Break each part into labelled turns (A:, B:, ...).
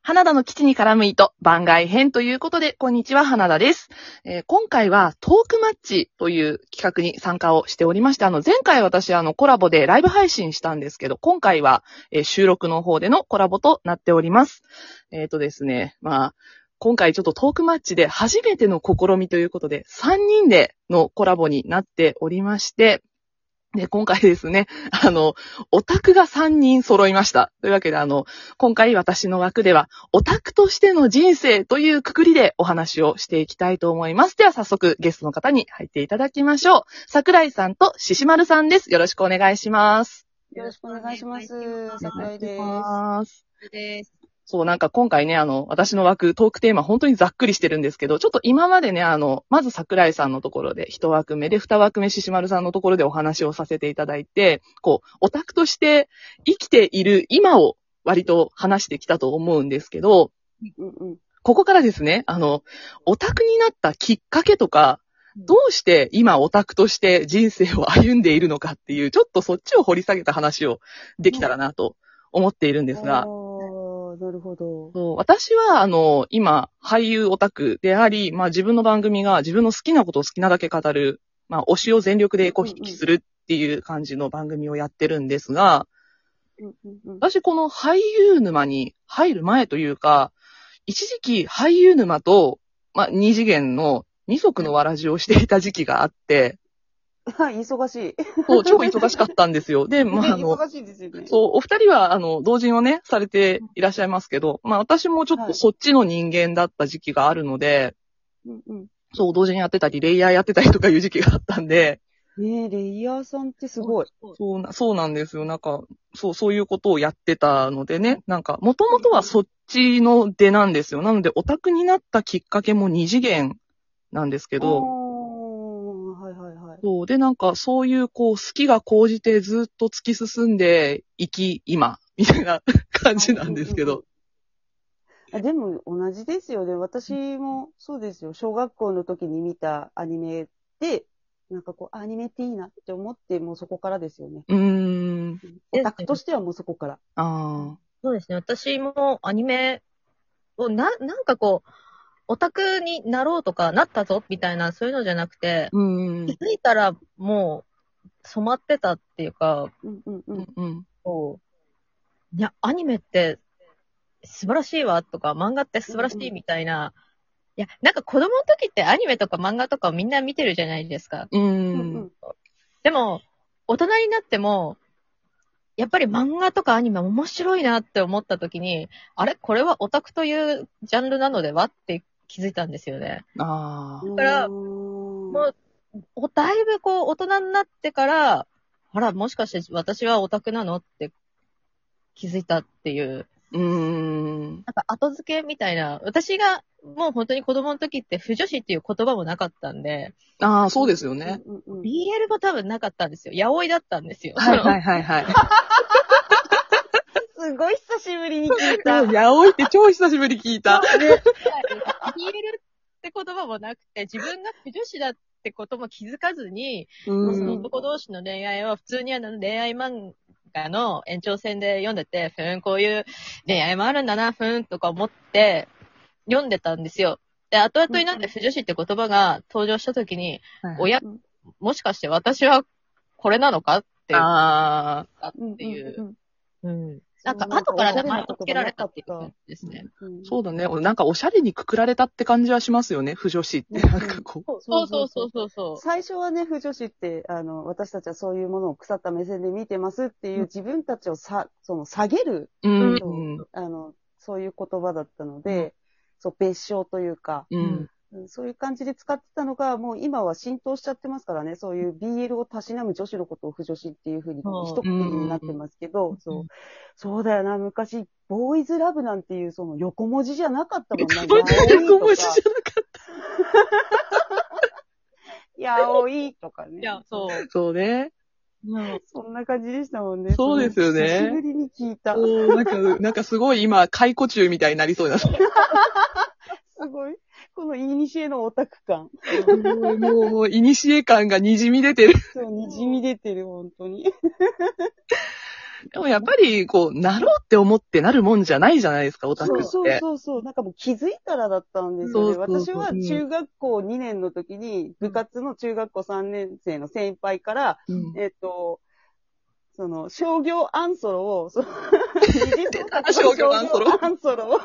A: 花田の基地に絡む糸番外編ということで、こんにちは、花田です。えー今回はトークマッチという企画に参加をしておりまして、あの、前回私あのコラボでライブ配信したんですけど、今回は、えー収録の方でのコラボとなっております。えっ、とですね、まあ、今回ちょっとトークマッチで初めての試みということで、3人でのコラボになっておりまして、で、今回ですね、あの、オタクが3人揃いました。というわけで、あの、今回私の枠では、オタクとしての人生というくくりでお話をしていきたいと思います。では早速ゲストの方に入っていただきましょう。桜井さんとししまるさんです。よろしくお願いします。
B: よろしくお願いします
C: よろしくお願
B: 桜井
C: いします。
B: です。
A: ます。
C: です。
A: そう、なんか今回ね、あの、私の枠、トークテーマ、本当にざっくりしてるんですけど、ちょっと今までね、あの、まず桜井さんのところで、一枠目で、二枠目、ししまるさんのところでお話をさせていただいて、こう、オタクとして生きている今を割と話してきたと思うんですけど、
B: うんうん。
A: ここからですね、あの、オタクになったきっかけとか、どうして今オタクとして人生を歩んでいるのかっていう、ちょっとそっちを掘り下げた話をできたらなと思っているんですが、
B: おーなるほど。
A: そう私は、あの、今、俳優オタクであり、まあ自分の番組が自分の好きなことを好きなだけ語る、まあ推しを全力でこう
B: うんう
A: 引
B: ん
A: きするっていう感じの番組をやってるんですが、
B: うんうんうん
A: 私この俳優沼に入る前というか、一時期俳優沼と、まあ、二次元の二足のわらじをしていた時期があ って、
B: はい、 忙しい。
A: そう超忙しかったんですよ。で、まあ、あの、
B: 忙しいですよね。
A: そう、お二人は、あの、同人をね、されていらっしゃいますけど、まあ、私もちょっ
B: は
A: と
B: い
A: そっちの人間だった時期があるので、
B: うんう
A: そう、同人やってたり、レイヤーやってたりとかいう時期があったんで、
B: ん。ねえ、レイヤーさんってすごい。
A: そうな、そうなんですよ。なんか、そう、そういうことをやってたのでね、なんか、もともとはそっちの出なんですよ。なので、オタクになったきっかけも二次元なんですけど、
B: おーはいはいはい。
A: そう、で、なんか、そういう、こう、好きが高じてずっと突き進んでいき、今、みたい な感じなんですけど、
B: あでも同じですよね。私もそうですよ。小学校の時に見たアニメで、なんかこう、アニメっていいなって思って、もうそこからですよね。
A: うーん、
B: オタクとしてはもうそこから。
A: あ
C: そうですね。私もアニメを、な、なんかこう、オタクになろうとか、なったぞ、みたいな、そういうのじゃなくて
A: ー、、う
C: 気
A: ーん、
C: づいたらもう、染まってたっていうか、
B: うんうんうん。
A: うん、
C: こう、いや、アニメって、素晴らしいわ、とか、漫画って素晴らしいみたいな、いや、なんか子供の時ってアニメとか漫画とかをみんな見てるじゃないですか。
A: う、
B: うんん
C: でも、大人になっても、やっぱり漫画とかアニメ面白いなって思った時に、あれこれはオタクというジャンルなのではって気づいたんですよね。
A: あ
B: うん。
C: だからも
B: も
C: う、おだいぶこう大人になってから、あら、もしかして私はオタクなのって気づいたっていう、
A: ー、うーん、
C: なんか後付けみたいな、私がもう本当に子供の時って不女子っていう言葉もなかったんで、
A: ああ、そうですよね。
B: うんうんうん
C: BL も多分なかったんですよ。八百いだったんですよ。
A: はいはいはい はい。
B: すごい久しぶりに聞いた。
A: そう、やおいって超久しぶり聞い た。
C: 消えるって言葉もなくて、自分が不女子だってことも気づかずに、
A: う
C: その
A: ん。
C: 男同士の恋愛は普通にあの恋愛漫画の延長線で読んでて、ふーん、こういう恋愛もあるんだな、ふーん、とか思って読んでたんですよ。で、後々になって不女子って言葉が登場した時に、親、
B: うん
C: もしかして私はこれなのかっていう。
A: あ
C: っていう
B: うんうん
C: うんなんか後から名前を付けられたっていう感じですね。
B: うんう
A: あ、
B: ん
A: そうだね。なんかおしゃれにくくられたって感じはしますよね。不女子って。
B: うん
A: なんかこう。
C: そうそうそうそうそう。
B: 最初はね、不女子って、あの、私たちはそういうものを腐った目線で見てますっていう自分たちをさ、その、下げる、
A: うん。
B: そう
A: うん。
B: あの、そういう言葉だったので、そう、別称というか、
A: うん。
B: うんそういう感じで使ってたのが、もう今は浸透しちゃってますからね、そういう BL をたしなむ女子のことを不女子っていうふうに、
C: そう
B: 一括りになってますけど、
A: う
B: そ
A: ん
B: う、そうだよな、昔、ボーイズラブなんていう、その横文字じゃなかったもんな。
A: 横文字横文字じゃなかっ
B: やおいとかね。
C: いや、そう。
A: た。そうね。
B: そんな感じでしたもんね。
A: そうですよね
B: 久しぶりに聞いた。す
A: おーなんか、 なんかすごい今、解雇中みたいになりそうだ。
B: ごい。このイニシエのオタク感。
A: もう、もう、もう、いにしえ感がにじみ出てる。
B: そう、にじみ出てる、本当に。
A: でもやっぱり、こう、なろうって思ってなるもんじゃないじゃないですか、オタクっ
B: そう
A: て。
B: そうそうそう。なんかもう気づいたらだったんですよね。
A: そうそうそう
B: 私は中学校2年の時に、部活の中学校3年生の先輩から、
A: うん
B: えっ、と、その、商業アンソロを、その
A: た 商業アンソロ
B: 商業アンソロを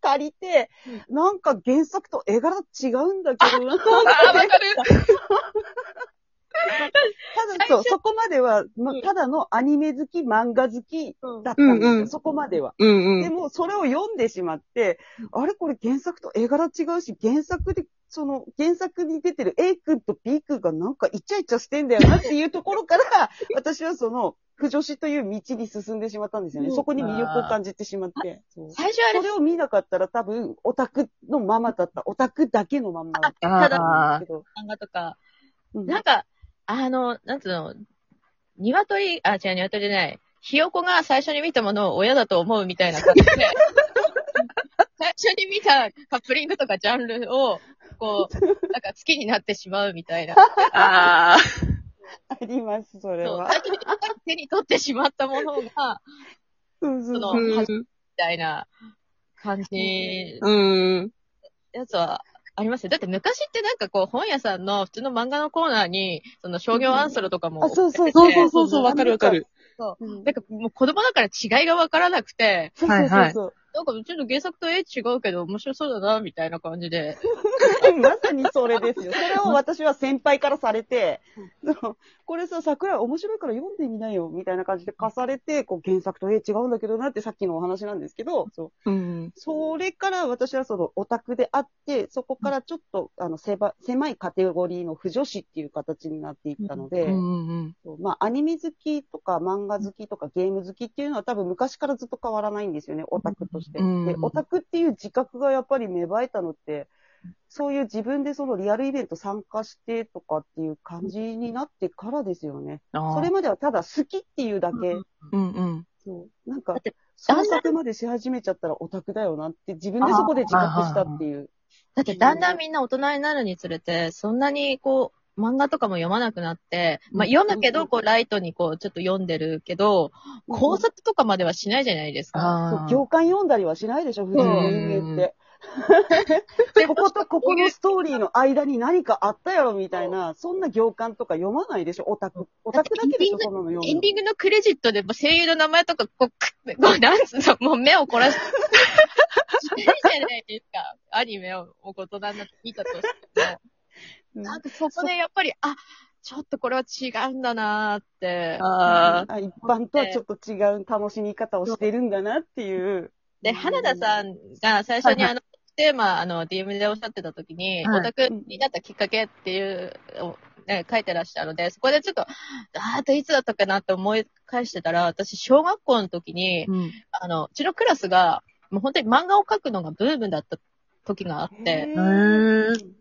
B: 借りて、なんか原作と絵柄違うんだけど、なんか
A: ああ、わかる
B: ただそう、そこまでは、まあただのアニメ好き、漫画好きだったんですよ、
A: うんうん
B: そこまでは。
A: うんう
B: で
A: ん。
B: も、それを読んでしまって、あれこれ原作と絵柄違うし、原作で、その、原作に出てる A 君と B 君がなんかイチャイチャしてんだよなっていうとこ ろから、私はその、不女子という道に進んでしまったんですよね。
C: うん
B: そこに魅力を感じてしまって。そう
C: 最初あれ
B: それを見なかったら多分、オタクのままだった。オタクだけのまんまだった
C: ただ
A: あ
B: けど。
C: 漫画とか、
B: うん
C: なんか、あの、なんつうの、鶏、あ、違う、鶏じゃない。ひよこが最初に見たものを親だと思うみたいな感 じで、最初に見たカップリングとかジャンルを、こう、なんか好きになってしまうみたいな。
A: あ、ああ、
B: あります、それ
C: そう
B: は。
C: 最初に手に取ってしまったものが、
B: うんそう
C: そ
B: そうう。
A: うん
C: みたいな感じ、
A: うん。
C: やつはありますよ。だって昔ってなんかこう本屋さんの普通の漫画のコーナーに、その商業アンソロとかも
B: あ、
C: 置か
B: そ
C: れ
B: う
C: てて、
B: そう
A: そうそうそうそう、わ
B: わ
A: か
B: か
A: る
B: る
A: わ
B: わ
A: か
B: か
A: る
B: る。
C: うんなんかもう子供だから違いがわからなくて、
B: そう
A: は
B: そ
A: いう
B: そ
A: は
B: う
A: い
B: そう。
C: なんかうちの原作と絵違うけど面白そうだな、みたいな感じで。
B: まさにそれです よ。それを私は先輩からされて、そうこれさ、桜井面白いから読んでみなよ、みたいな感じで貸されて、こう原作と絵違うんだけどなってさっきのお話なんですけど、そう
A: うん。
B: それから私はそのオタクであって、そこからちょっと、あの、狭狭いカテゴリーの不女子っていう形になっていったので、
A: うんうん。
B: そうまあ、アニメ好きとか漫画好きとかゲーム好きっていうのは多分昔からずっと変わらないんですよね、オタクとして。
A: うん
B: で、オタクっていう自覚がやっぱり芽生えたのって、そういう自分でそのリアルイベント参加してとかっていう感じになってからですよね。
A: あ
B: そ
A: あ
B: れ。まではただ好きっていうだけ。
A: うんうん。
B: そう。なんか
C: だって、
B: 創作までし始めちゃったらオタクだよなって自分でそこで自覚したっていう。
C: だってだんだんみんな大人になるにつれて、そんなにこう、漫画とかも読まなくなって、まあ読むけど、こうライトにこうちょっと読んでるけど、考察とかまではしないじゃないですか。
B: そう
A: ああ。
B: 行間読んだりはしないでしょ、普通の人間 って。
C: で
B: こことここのストーリーの間に何かあったやろみたいな、そんな行間とか読まないでしょオタク。オタクだけでしょそんなの読
C: エン
B: む
C: ディングのクレジットでも声優の名前とか、こう、くって こう、なんつうの、もう目を凝らして。してるじゃないですか。アニメを大人になって見たとしても。
B: の。
C: なんかそこでやっぱり、あ、ちょっとこれは違うんだなーって。
A: ああ。
B: あ一般とはちょっと違う楽しみ方をしてるんだなっていう。
C: で、花田さんが最初にあの、テーマ、あの、DM でおっしゃってた時に、
A: はい
C: オタクになったきっかけっていう、をね、書いてらっしゃるので、そこでちょっと、あーあといつだったかなって思い返してたら、私、小学校の時に、
A: うん。
C: あの、うちのクラスが、もう本当に漫画を描くのがブームだった時があっ
B: へ
C: て、
A: へー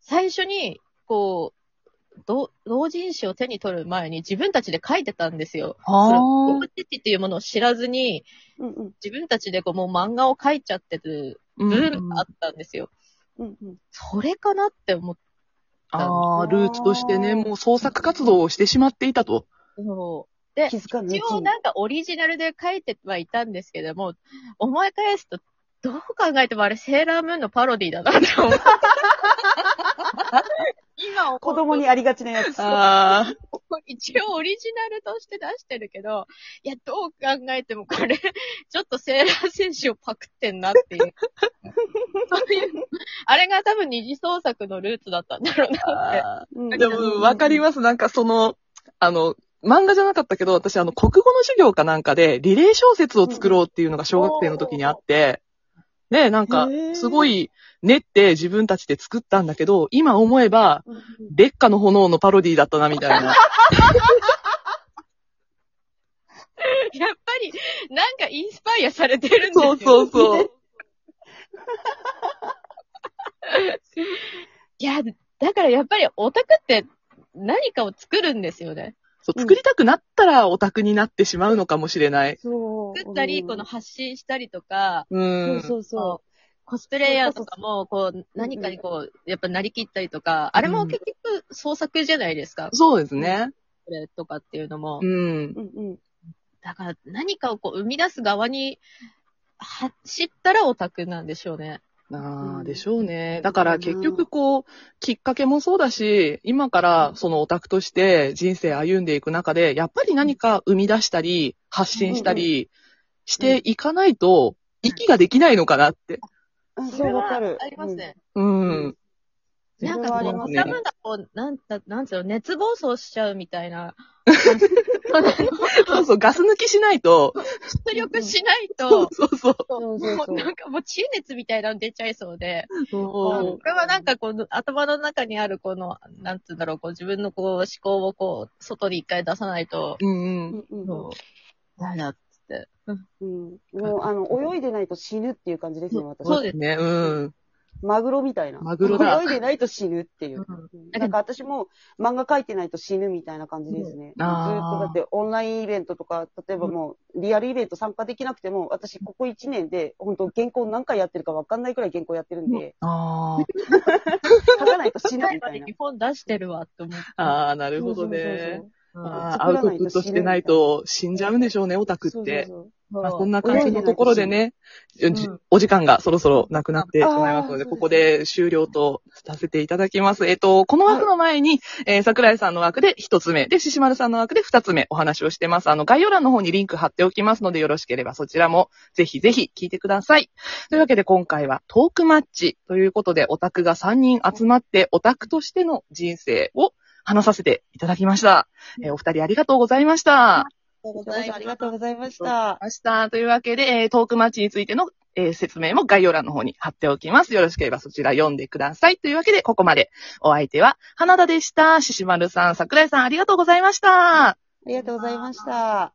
C: 最初に、こう、同同人誌を手に取る前に自分たちで書いてたんですよ。それ
A: ああ。
C: 同人誌っていうものを知らずに、
B: うんうん
C: 自分たちでこうもう漫画を描いちゃってる
A: う
C: ブ
A: ん
C: ームがあったんですよ。
B: うんうん。
C: それかなって思っ
A: ああ、ルーツとしてね、もう創作活動をしてしまっていたと。
C: たの。
B: 気づかぬう
C: 一
B: ち
C: 応
B: に。
C: なんかオリジナルで書いてはいたんですけども、思い返すと、どう考えてもあれセーラームーンのパロディだなって思って。今思うと
B: 子供にありがちなやつ。
A: ああ。
C: 一応オリジナルとして出してるけど、いや、どう考えてもこれ、ちょっとセーラー選手をパクってんなっていう。そういうあれが多分二次創作のルーツだったんだろうなっ
B: うん
A: でも、わかります。なんかその、あの、漫画じゃなかったけど、私あの、国語の授業かなんかで、リレー小説を作ろうっていうのが小学生の時にあって、ね、なんか
B: へ、ー
A: すごい、練って自分たちで作ったんだけど、今思えば、
B: うんうん
A: 烈火の炎のパロディだったな、みたいな。
C: て。やっぱり、なんかインスパイアされてるんです
A: そ
C: よ。
A: うそうそう。
C: いや、だからやっぱりオタクって何かを作るんですよね。
A: そう作りたくなったらオタクになってしまうのかもしれない。
B: そう。
C: 作ったり、
B: うん
C: この発信したりとか、
A: う。
B: そうんそうそ
C: コスプレイヤーとかも、こう、何かにこう、やっぱなりきったりとか、あれも結局創作じゃないですか。
A: そうですね。
C: これとかっていうのも
A: う、ん
B: う。。うんうん。
C: だから何かをこう生み出す側に走ったらオタクなんでしょうね。
A: な
B: う
A: あ、
B: ん
A: でしょうね。だから結局こう、きっかけもそうだし、今からそのオタクとして人生歩んでいく中で、やっぱり何か生み出したり、発信したりしていかないと、息ができないのかなって。
B: うん
C: それ
B: わか
C: は
B: る
C: ありますね。。
A: うん。
B: うん
C: なん
B: それは
C: か
B: あ
C: こ
B: り
C: う、
B: ます
A: ね
C: 頭がこう、なんだ、なんつうの、熱暴走しちゃうみたいな。
A: そうそう、ガス抜きしないと、
C: 出力しない
A: そうそ
C: と、
A: うそう。
B: そうそう
C: も
B: そう
C: うなんかもう知恵熱みたいなの出ちゃいそうで、
B: う
C: こ
A: そ
C: れはなんかこう、頭の中にあるこの、なんつうんだろう、こう自分のこう思考をこう、外に一回出さないと、
A: う。うんうん。
B: うんうん
C: そう、なんだっつって。
B: うんもう、あの、泳いでないと死ぬっていう感じですね、私。
C: そうです
A: ね。うん。
B: マグロみたいな。
A: マグロだ
B: 泳いでないと死ぬっていう。
C: うん
B: なんか私も漫画描いてないと死ぬみたいな感じで
A: うん
B: すね。ずーっ
A: あー
B: とだってオンラインイベントとか、例えばもうリアルイベント参加できなくても、私ここ1年で本当原稿何回やってるかわかんないくらい原稿やってるんで、
A: あー
B: 書かないと死ぬ
C: 海
B: みた
C: 外
B: いな
C: に。日本出してるわって思って。
A: あー、なるほどね。
C: うん
A: あーアウトプットしてないと死んじゃうんでしょうね、オタク
B: そうそうそう。
A: って。
B: そうそう
A: まあ、
C: そう
A: そんな感じのところでね、
C: ん
A: じお時間がそろそろなくなってしまいますので、
B: あー
A: ここで終了とさせていただきます。えっと、この枠の前に、えー桜井さんの枠で一つ目、で、獅子丸さんの枠で二つ目お話をしてます。あの、概要欄の方にリンク貼っておきますので、よろしければそちらもぜひぜひ聞いてください。というわけで今回はトークマッチということで、オタクが3人集まって、オタクとしての人生を話させていただきました。えーお二人ありがとうございました。
C: そう
B: ご視聴ありがとうございまし
A: ありがとうござい
B: た。
A: ました。というわけで、えートークマッチについての、えー説明も概要欄の方に貼っておきます。よろしければそちら読んでください。というわけで、ここまで。お相手は、花田でした。獅子丸さん、桜井さん、ありがとうございました。
B: ありがとうございました。